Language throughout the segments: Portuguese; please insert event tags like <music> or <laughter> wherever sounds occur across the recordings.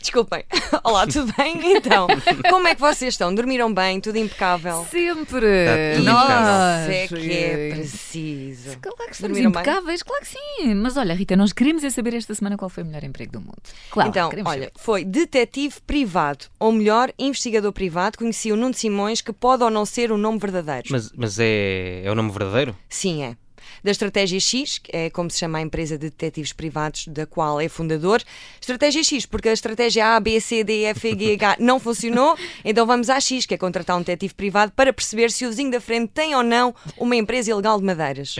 Desculpem. <laughs> Olá, tudo bem? Então, como é que vocês estão? Dormiram bem? Tudo impecável? Sempre! Tá tudo Nós! Isso é que é Sim. preciso. Claro que estamos Dormiram bem? impecáveis, claro que sim! Mas olha, Rita, nós queremos é saber esta semana qual foi o melhor emprego do mundo. Claro, Então, queremos olha, saber. foi detetive privado, ou melhor, investigador privado, conheci o Nuno Simões, que pode ou não ser o nome verdadeiro. Mas, mas é, é o nome verdadeiro? <laughs> Sim, é. Da Estratégia X, que é como se chama a empresa de detetives privados, da qual é fundador. Estratégia X, porque a estratégia A, B, C, D, E, F, E, G, H não funcionou, então vamos à X, que é contratar um detetive privado para perceber se o vizinho da frente tem ou não uma empresa ilegal de madeiras.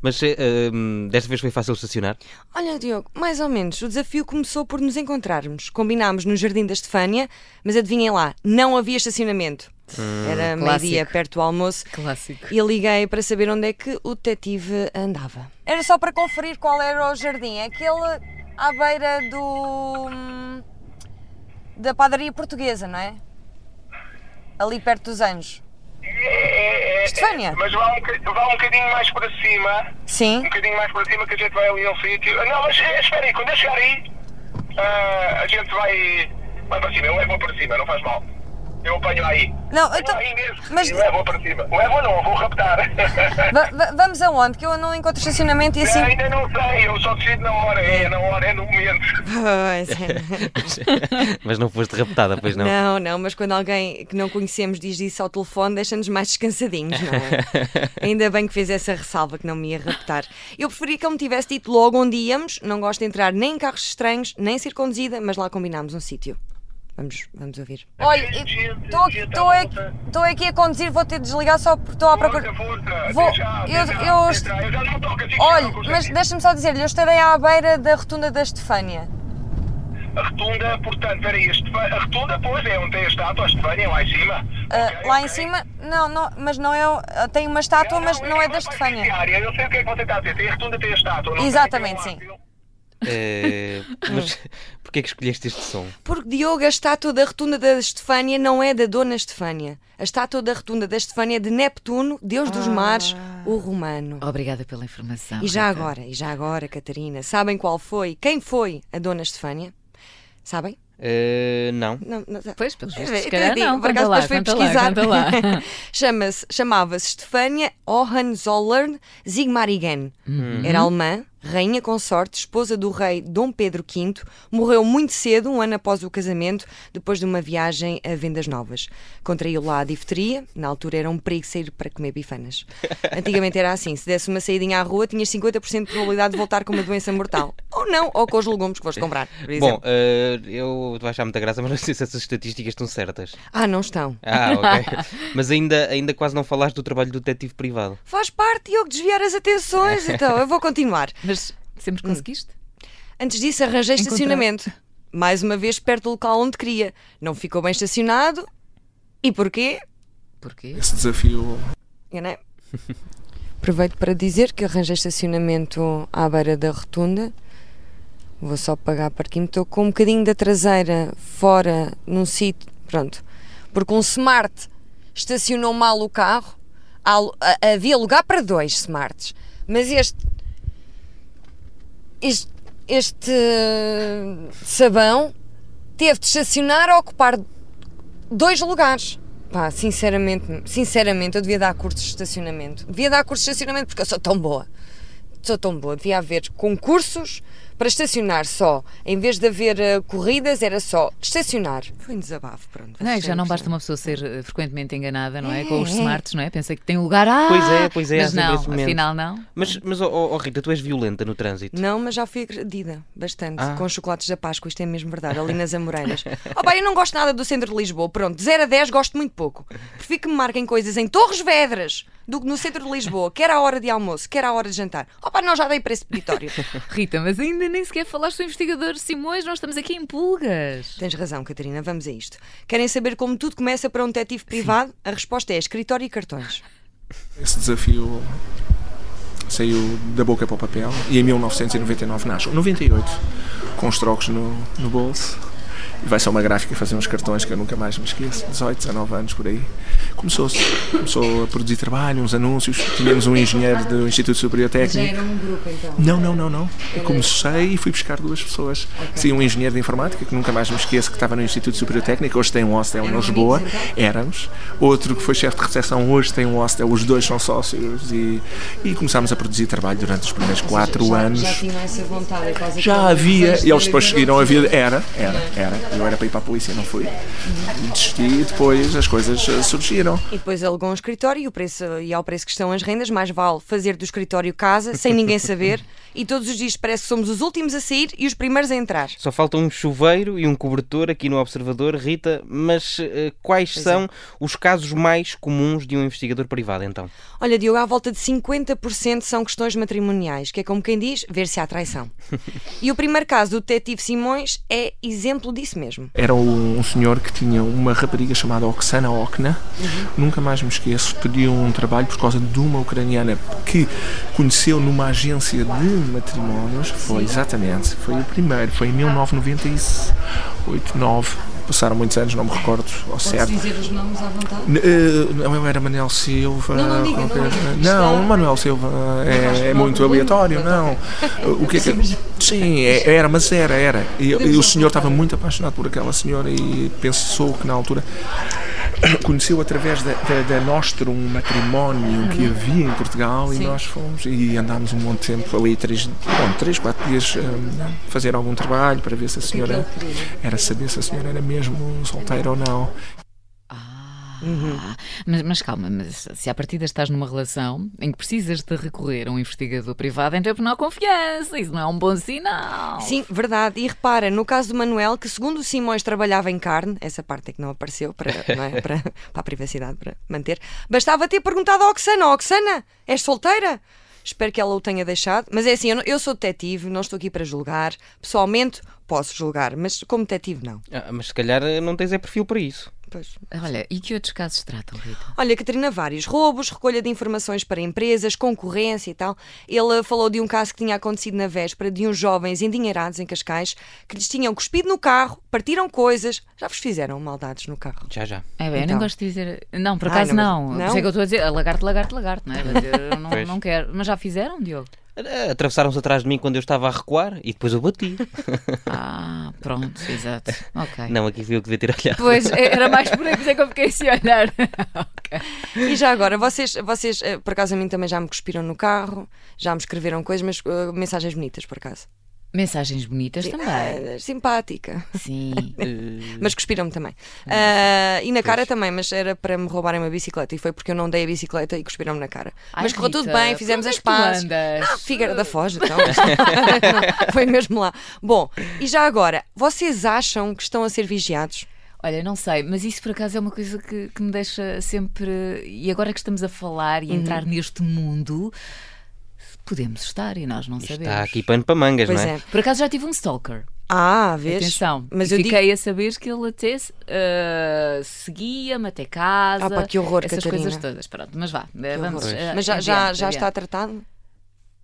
mas é, hum, desta vez foi fácil estacionar? Olha, Diogo, mais ou menos. O desafio começou por nos encontrarmos. Combinámos no Jardim da Estefânia, mas adivinhem lá, não havia estacionamento. Era clássico. meio-dia perto do almoço. Clássico. E eu liguei para saber onde é que o detetive andava. Era só para conferir qual era o jardim. Aquele à beira do. hum, da padaria portuguesa, não é? Ali perto dos Anjos. É, é, Estefânia. Mas vá um, boca- vá um bocadinho mais para cima. Um Sim. bocadinho mais para cima que a gente vai ali a um sítio. Ah, Não, mas é, espera aí, quando eu chegar aí, ah, a gente vai, vai para cima. Eu levo para cima, não faz mal. Eu apanho aí. Não, Eu então. aí mesmo. Mas E levo para cima. Levo não, vou raptar. <laughs> va- va- vamos aonde? Que eu não encontro estacionamento e <laughs> assim. Ainda não sei, eu só decido na hora. É na hora, é no momento. Pois é. mas <laughs> não foste raptada, pois não? Não, não, mas quando alguém que não conhecemos diz isso ao telefone, deixa-nos mais descansadinhos, não é? <laughs> Ainda bem que fez essa ressalva que não me ia raptar. Eu preferia que ele me tivesse dito logo onde íamos, não gosto de entrar nem em carros estranhos, nem ser conduzida, mas lá combinámos um sítio. Vamos, vamos ouvir. Olha, estou aqui- estou aqui- é aqui a conduzir, vou ter de desligar só porque estou à Força, força. Vou- deixa, eu- deixa, eu- deixa. Eu já não toco assim. deixa-me só dizer-lhe, eu estarei à beira da rotunda da Estefânia. A rotunda, portanto, peraí, a, Estefa- a rotunda, pois, é onde tem a estátua, a Estefânia, lá em cima. Ah, Ok, ok. não, não, mas não é. Tem uma estátua, é vai para a área, Eu sei o que é que você está a dizer, tem a rotunda, tem a estátua. não tem Exatamente, aquele sim. árbitro. É, mas porquê é que escolheste este som? Porque Diogo, a estátua da rotunda da Estefânia não é da Dona Estefânia. A estátua da rotunda da Estefânia é de Neptuno, deus dos mares, o romano. Obrigada pela informação. E já Rita. agora, e já agora, Catarina, sabem qual foi, quem foi a Dona Estefânia? Sabem? É, não. Não, não, não. Pois, pelos vistos, É, Eu se te calhar digo, não. por Conta acaso lá, depois fui conta lá, pesquisar. conta lá. <laughs> Chama-se- Chamava-se Stefania Hohenzollern Sigmaringen. Uhum. Era alemã, rainha consorte, esposa do rei Dom Pedro V. Morreu muito cedo, um ano após o casamento, depois de uma viagem a vendas novas. Contraiu lá a difteria, na altura era um perigo sair para comer <laughs> bifanas. Antigamente era assim: se desse uma saídinha à rua, tinhas 50% de probabilidade de voltar com uma doença mortal. Ou não, ou com os legumes que foste comprar, por exemplo. Bom, é, eu vou achar muita graça, mas não sei se essas estatísticas estão certas. Ah, não estão. Ah, ok. mas ainda, ainda quase não falaste do trabalho do detetive privado. Faz parte, Diogo, desviar as atenções, então eu vou continuar. Mas Hum. sempre conseguiste? Antes disso, arranjei Encontrar- estacionamento. Mais uma vez perto do local onde queria. Não ficou bem estacionado. E porquê? Porquê? Esse desafio Eu não... Aproveito para dizer que arranjei estacionamento à beira da rotunda. Vou só pagar parquinho. Estou com um bocadinho da traseira fora num sítio. Pronto. Porque um smart estacionou mal o carro. Há- a- Havia lugar para dois smarts. Mas este. Este, este sabão teve de estacionar a ocupar dois lugares. Pá, sinceramente, sinceramente, eu devia dar cursos de estacionamento. Devia dar cursos de estacionamento porque eu sou tão boa. Sou tão boa. Devia haver concursos para estacionar só. Em vez de haver eh, corridas, era só estacionar. Foi um desabafo, pronto. Não, é que já não basta uma pessoa ser eh, frequentemente enganada, não é? Com os smarts, não é? Pensa que tem lugar. Ah, Pois é, pois é, há Mas sempre não, esse momento. afinal não. Mas, mas oh, oh, oh, Rita, tu és violenta no trânsito. Não, mas já fui agredida bastante Ah. com os chocolates da Páscoa, isto é mesmo verdade, ali nas Amoreiras. Oh, pá, eu não gosto nada do centro de Lisboa, pronto, de 0 a 10 gosto muito pouco. Prefiro que me marquem coisas em Torres Vedras do que no centro de Lisboa, quer à hora de almoço, quer à hora de jantar. Oh, pá, não já dei para esse peditório. Rita, mas ainda nem sequer falaste do investigador Simões, nós estamos aqui em pulgas. Tens razão, Catarina, vamos a isto. Querem saber como tudo começa para um detetive privado? A resposta é escritório e cartões. esse desafio saiu da boca para o papel e em 1999 nasce. Em 98, com os trocos no, no bolso, E vai ser uma gráfica e fazer uns cartões que eu nunca mais me esqueço. 18, 19 anos por aí. Começou-se. Começou a produzir trabalho, uns anúncios. Tínhamos um engenheiro do Instituto Superior Já Técnico. era um grupo então. Não, não, não, não. Eu comecei e fui buscar duas pessoas. Sim, um engenheiro de informática, que nunca mais me esqueço, que estava no Instituto Superior Técnico, hoje tem um hostel em Eram Lisboa. amigos, Éramos. Outro que foi chefe de recepção, hoje tem um hostel, os dois são sócios. E, e começámos a produzir trabalho durante os primeiros quatro já, anos. Já tinham essa vontade quase Já aquele havia, desejo e eles de- depois seguiram a vida. Era, era, era. Eu era para ir para a polícia, não fui. E Uhum. desisti e depois as coisas eh, surgiram. E depois alugou um escritório e, o preço, e ao preço que estão as rendas, mais vale fazer do escritório casa, sem ninguém saber. e todos os dias parece que somos os últimos a sair e os primeiros a entrar. Só falta um chuveiro e um cobertor aqui no Observador, Rita, mas eh, quais é. são os casos mais comuns de um investigador privado, então? Olha, Diogo, à volta de 50% são questões matrimoniais, que é como quem diz, ver se há traição. e o primeiro caso do detetive Simões é exemplo disso mesmo. Era um, um senhor que tinha uma rapariga chamada Oksana Okna, nunca mais me esqueço, pediu um trabalho por causa de uma ucraniana que conheceu numa agência de matrimónios. Foi exatamente, foi o primeiro, foi em 1998, 9. Passaram muitos anos, não me recordo ao Posso certo. dizer os nomes à vontade? N- eh, Não, eu era Manuel Silva. Não, não diga, não qualquer- diga. Não, Está- Manuel Silva faz é, é mal, muito não lembro. aleatório, não. O que é que. <laughs> Sim, é- era, mas era, era. E, e o senhor estava muito apaixonado por aquela senhora e pensou que na altura. Conheceu através da, da, da Nostra um matrimónio que Uhum. havia em Portugal e nós fomos e andámos um monte de tempo ali, três, bom, três quatro dias hum, fazer algum trabalho para ver é se a senhora era saber se a senhora era mesmo solteira ou não. Ah, mas, mas calma, mas se à partida estás numa relação em que precisas de recorrer a um investigador privado, então é por não há confiança. Isso não é um bom sinal. Sim, verdade. E repara, no caso do Manuel, que segundo o Simões trabalhava em carne, essa parte é que não apareceu para, não é? para, para a privacidade, para manter, bastava ter perguntado à Oxana: "Ó, Oxana, és solteira? Espero que ela o tenha deixado. Mas é assim, eu, não- eu sou detetive, não estou aqui para julgar. Pessoalmente, posso julgar, mas como detetive, não. Ah, mas se calhar eh, não tens é perfil para isso. Pois. Olha, e que outros casos tratam, Rita? Olha, Catarina, vários roubos, recolha de informações para empresas, concorrência e tal. Ele eh, falou de um caso que tinha acontecido na véspera de uns jovens endinheirados em Cascais que lhes tinham cuspido no carro, partiram coisas, já vos fizeram maldades no carro. Já, já. É bem, eu Então. não gosto de dizer. Não, por Ah, acaso não, não. mas- Por não? isso é que eu estou a dizer ah, lagarto, lagarto, lagarto, não é? Mas eu não, Pois. não quero. Mas já fizeram, Diogo? Ah, Atravessaram-se atrás de mim quando eu estava a recuar e depois <laughs> eu bati. Ah, pronto, exato. Ok. não, aqui fui eu que devia ter olhado. Pois, é- era mais por aí, por isso é que eu fiquei assim a olhar. <laughs> ok. E já agora, vocês, vocês eh, por acaso a mim também já me cuspiram no carro, já me escreveram coisas, mas eh, mensagens bonitas, por acaso. Mensagens bonitas também. Ah, simpática. Sim. Mas cuspiram-me também. Hum, Ah, e na cara também, mas era para me roubarem uma bicicleta. E foi porque eu não dei a bicicleta e cuspiram-me na cara. Ai, mas correu Rita, tudo bem, fizemos por as onde é que tu pazes. andas? Não, Figueira da Foz, então. <laughs> Não, foi mesmo lá. Bom, e já agora, vocês acham que estão a ser vigiados? Olha, não sei, mas isso por acaso é uma coisa que, que me deixa sempre. E agora que estamos a falar e entrar Uhum. neste mundo, podemos estar e nós não sabemos. Está aqui pano para mangas, Pois não é? é. Por acaso já tive um stalker. Ah, vês? Atenção. Mas E eu fiquei digo. a saber que ele até eh, seguia-me até casa. Ah pá, que horror, Essas Catarina. coisas todas. Pronto, mas vá. eh, vamos, horror. eh, Mas já, já, adiante, já está adiante. tratado?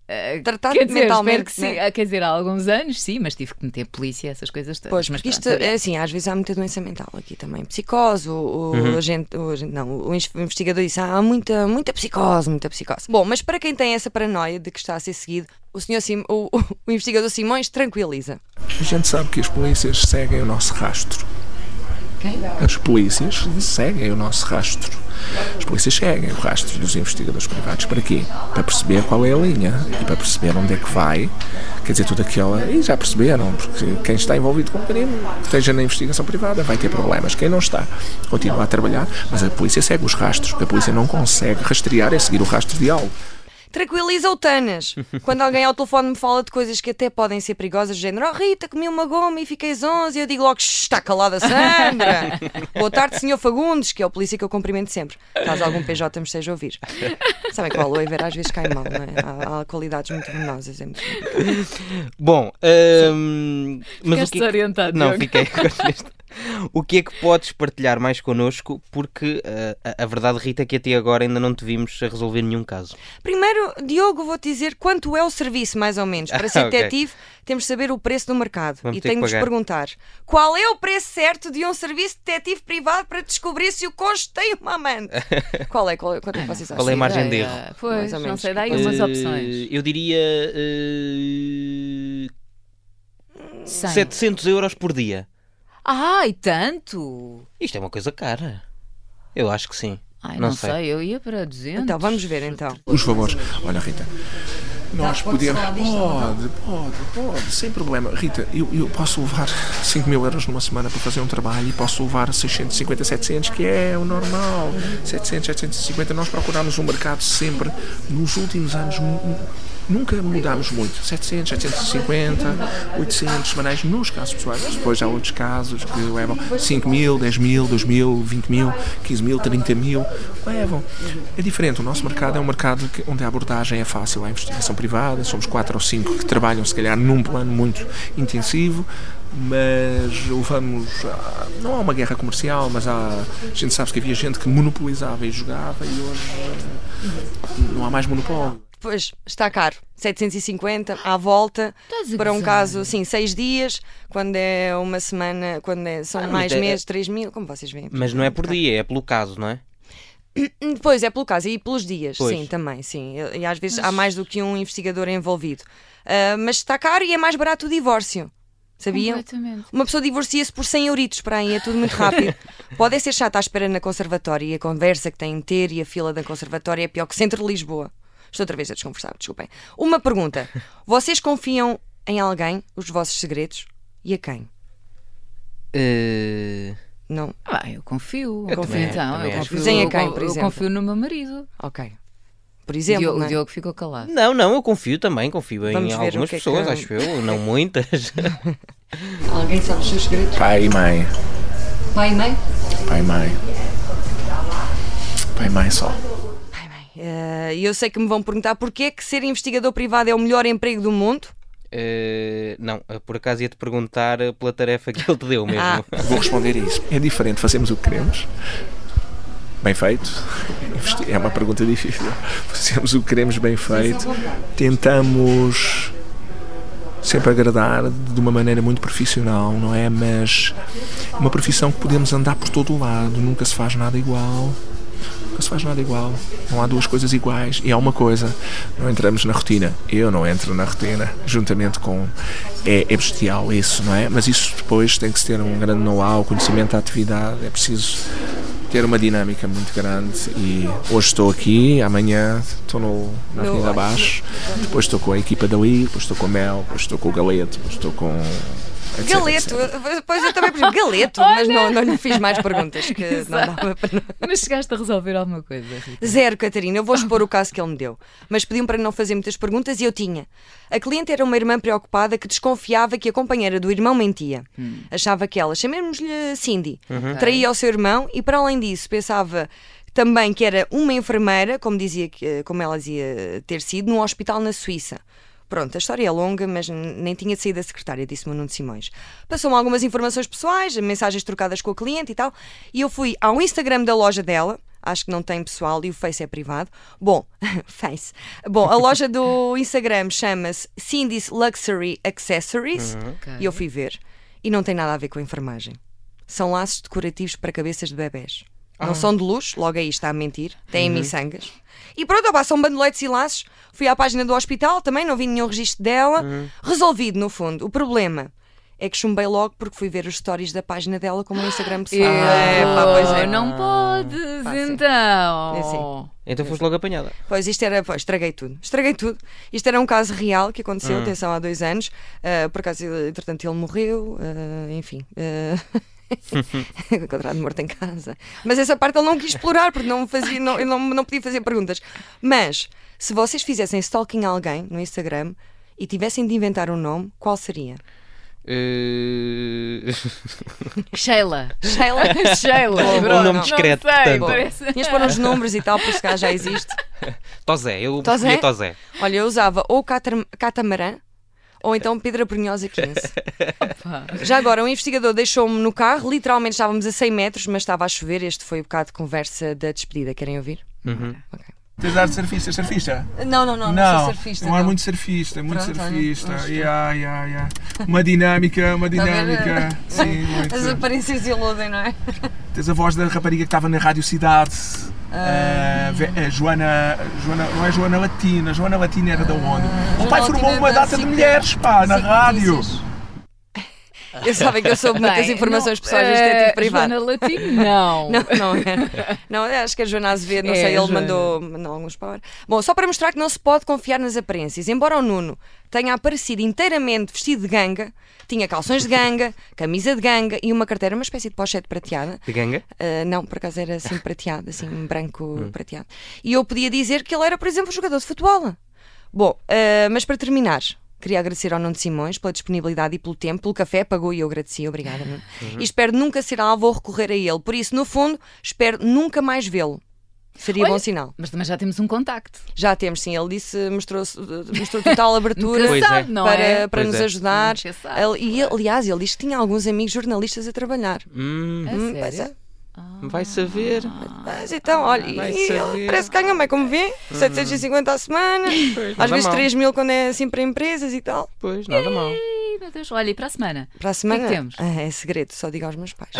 Eh, tratado quer dizer, mentalmente, espero que sim. né? Ah, Quer dizer, há alguns anos, sim, mas tive que meter polícia, essas coisas todas. Pois, mas porque isto pronto, é assim, às vezes há muita doença mental aqui também. Psicose, o, o Uhum. agente, o agente- não, o ins- o investigador disse, ah, há muita, muita psicose, muita psicose. Bom, mas para quem tem essa paranoia de que está a ser seguido, o senhor Sim- o, <laughs> o- o investigador Simões tranquiliza. A gente sabe que as polícias seguem o nosso rastro. Quem? As polícias seguem o nosso rastro. As polícias seguem o rastro dos investigadores privados. Para quê? Para perceber qual é a linha e para perceber onde é que vai. Quer dizer, tudo aquilo. E já perceberam, porque quem está envolvido com o crime, esteja na investigação privada, vai ter problemas. Quem não está, continua a trabalhar, mas a polícia segue os rastros, porque a polícia não consegue rastrear é seguir o rastro de algo. Tranquiliza o Tanas. Quando alguém ao telefone me fala de coisas que até podem ser perigosas, do género, oh Rita, comi uma goma e fiquei zonza, e eu digo logo, "Shh, está calada Sandra. Boa tarde, senhor Fagundes, que é o polícia que eu cumprimento sempre, caso algum PJ me esteja a ouvir. Sabem que o aloe vera às vezes cai mal, não é? Há, há qualidades muito venenosas. É muito... Bom, ahm, Ficaste mas o que... é que- desorientado, Não, Diogo. <laughs> fiquei. agora neste- O que é que podes partilhar mais connosco? Porque eh, a, a verdade, Rita, é que até agora ainda não te vimos a resolver nenhum caso. Primeiro, Diogo, vou-te dizer quanto é o serviço, mais ou menos. Para ser Ah, <laughs> ok. detetive, temos de saber o preço do mercado. Vamos e ter que tenho de vos pagar. perguntar qual é o preço certo de um serviço de detetive privado para descobrir se o cônjuge tem uma <laughs> amante? qual é? Qual é quanto é que vocês acham? Qual é a margem de Ideia. erro? Mais Pois, ou não menos. sei, dá aí umas Eh, opções. Eu diria eh, é Cem. 700 euros por dia. Ai, tanto! Isto é uma coisa cara. Eu acho que sim. Ai, Não não, sei. sei. eu ia para 200. Então, vamos ver então. Os favores. Olha, Rita. Nós pode podemos. falar disto, Pode, pode, pode, sem problema. Rita, eu, eu posso levar 5 mil euros numa semana para fazer um trabalho e posso levar 650, 700, que é o normal. 700, 750. Nós procuramos o mercado sempre, nos últimos anos, nu- nu- nunca mudámos muito. 700, 750, 800 semanais nos casos pessoais. Mas Depois há outros casos que levam 5 mil, 10 mil, 2 mil, 20 mil, 15 mil, 30 mil. Levam. É diferente. O nosso mercado é um mercado que- onde a abordagem é fácil. Há investigação privada, somos 4 ou 5 que trabalham, se calhar, num plano muito intensivo. Mas levamos. a- Não há uma guerra comercial, mas há. A gente sabe que havia gente que monopolizava e jogava e hoje eh, não há mais monopólio. Pois, está caro. 750 à volta Estás a para um gozar. caso, sim, seis dias, quando é uma semana, quando é- são Ah, mas mais é- meses, 3 mil, como vocês veem. Mas não é por dia, é pelo caso, não é? Hum, Pois é, pelo caso, e pelos dias, Pois. sim, também, sim. E- E às vezes há mais do que um investigador envolvido. Ah, mas está caro e é mais barato o divórcio. Sabiam? Completamente. Uma pessoa divorcia-se por 100 euritos para aí, é tudo muito <laughs> rápido. Pode é ser chato à espera na conservatória e a conversa que têm de ter e a fila da conservatória é pior que centro de Lisboa. Estou outra vez a desconversar, desculpem. Uma <laughs> pergunta: vocês confiam em alguém os vossos segredos e a quem? Eh, Não? Ah, eu confio. Eu confio também, então. também eu acho confio, que sim. é Em eu, quem, por eu exemplo? confio no meu marido. Ok. Por O exemplo, Diogo, não o é? Diogo ficou calado. Não, não, eu confio também, confio em Vamos ver o algumas que é que- pessoas, acho eu, não muitas. Alguém sabe os seus segredos? Pai e mãe. Pai e mãe? Pai e mãe. Pai e mãe só. Ai, mãe, eh, E eu sei que me vão perguntar porquê é que ser investigador privado é o melhor emprego do mundo. Eh, não, eh, por acaso ia-te perguntar eh, pela tarefa que ele te deu mesmo. Ah. Vou responder a isso. É diferente, fazemos o que queremos. Bem feito. Investi- É uma pergunta difícil. Fazemos o que queremos bem feito. Tentamos sempre agradar de uma maneira muito profissional, não é? Mas uma profissão que podemos andar por todo o lado, nunca se faz nada igual. Nunca se faz nada igual. Não há duas coisas iguais. E há uma coisa: não entramos na rotina. Eu não entro na rotina, juntamente com. É, é bestial isso, não é? Mas isso depois tem que se ter um grande know-how, conhecimento da atividade. É preciso ter uma dinâmica muito grande. E hoje estou aqui, amanhã estou no, na No- Avenida Abaixo, depois estou com a equipa dali, depois estou com o Mel, depois estou com o Galeto, depois estou com. etc, Galeto, <laughs> etc. eu- pois eu também percebi, galeto, mas não, não lhe fiz mais perguntas que não dava para. <laughs> Mas chegaste a resolver alguma coisa, Rita. Zero, Catarina, eu vou expor o caso que ele me deu. Mas pediam para não fazer muitas perguntas e eu tinha. A cliente era uma irmã preocupada que desconfiava que a companheira do irmão mentia. Achava que ela, chamemos-lhe Cindy, traía o seu irmão e, para além disso, pensava também que era uma enfermeira, como, dizia, que- como ela dizia ter sido, num hospital na Suíça. Pronto, a história é longa, mas n- nem tinha de sair da secretária, disse-me o Nuno Simões. Passou-me algumas informações pessoais, mensagens trocadas com a cliente e tal, e eu fui ao Instagram da loja dela, acho que não tem pessoal e o Face é privado. Bom, <laughs> Face. Bom, a loja do Instagram chama-se Cindy's Luxury Accessories, e eu fui ver, e não tem nada a ver com a enfermagem. São laços decorativos para cabeças de bebés. Não são de luxo, logo aí está a mentir. Têm miçangas. E pronto, opa, são bandoletes e laços. Fui à página do hospital, também não vi nenhum registro dela. Resolvido, no fundo. O problema é que chumbei logo porque fui ver os stories da página dela como o Instagram pessoal. É, pá, pois é. Não podes, sim. então. É sim. Então foste logo apanhada. Pois isto era, pois, estraguei tudo. Estraguei tudo. Isto era um caso real que aconteceu, atenção, há dois anos. Ah, por acaso, ele- entretanto, ele morreu, ah, enfim. ah, <laughs> Encontrado morto em casa. Mas essa parte ele não quis explorar porque não, me fazia, não, eu não, não podia fazer perguntas. Mas se vocês fizessem stalking a alguém no Instagram e tivessem de inventar um nome, qual seria? Eh, <laughs> Sheila. Sheila? <laughs> Sheila. Bom, Pronto, um nome não discreto, sei, portanto. parece- Tinhas pôr uns números e tal, por se calhar já existe. Tozé, eu Tozé? preferia Tozé. Olha, eu usava ou catam- catamarã ou então Pedra Brunhosa 15. Já agora, um investigador deixou-me no carro, literalmente estávamos a 100 metros, mas estava a chover. Este foi o bocado de conversa da despedida. Querem ouvir? Tens de dar de surfista, surfista? Não, não, não, não, sou surfista. então. não é muito surfista, muito Pronto, olha, surfista. lá estou. Yeah, yeah, yeah. Uma dinâmica, uma a ver? dinâmica. Sim, <laughs> As muito. aparências iludem, não é? Tens a voz da rapariga que estava na Rádio Cidade. Ah. eh, ve- eh, Joana, Joana, não é Joana Latina, Joana Latina era da onde? o pai Joana formou Latina uma da data de SIC mulheres, pá, na SIC rádio. Notícias. Eu sabia que eu soube muitas Bem, informações não, pessoais do eh, detetive privado. <laughs> Joana Latino, não. Não, não era. Não, acho que a Joana Azevedo, não É, sei, ele Joana. mandou, mandou alguns para lá. Bom, só para mostrar que não se pode confiar nas aparências. Embora o Nuno tenha aparecido inteiramente vestido de ganga, tinha calções de ganga, camisa de ganga e uma carteira, uma espécie de pochete prateada. De ganga? Ah, não, por acaso era assim prateado, assim um <laughs> branco Hum. prateado. E eu podia dizer que ele era, por exemplo, um jogador de futebol. Bom, ah, mas para terminar, queria agradecer ao Nuno Simões pela disponibilidade e pelo tempo, pelo café, pagou e eu agradeci, obrigada. Nuno. Uhum. E espero nunca ser alvo ou recorrer a ele. Por isso, no fundo, espero nunca mais vê-lo. Seria Olha- bom sinal. Mas também já temos um contacto. Já temos, sim. Ele disse, mostrou, mostrou <laughs> total abertura Nunca Pois sabe, é. não para, é? para Pois nos é. ajudar. Nunca sabe, Ele- e, aliás, ele disse que tinha alguns amigos jornalistas a trabalhar. Hum, A Hum, sério? pois é. vai saber. Mas então, olha, Ah, vai e ele saber. parece que ganha bem, como vê, 750 à semana, às nada vezes mal. 3 mil quando é assim para empresas e tal. Pois, nada mal. Ih, meu Deus, olha, e para a semana? Para a semana é temos? Ah, é segredo, só digo aos meus pais.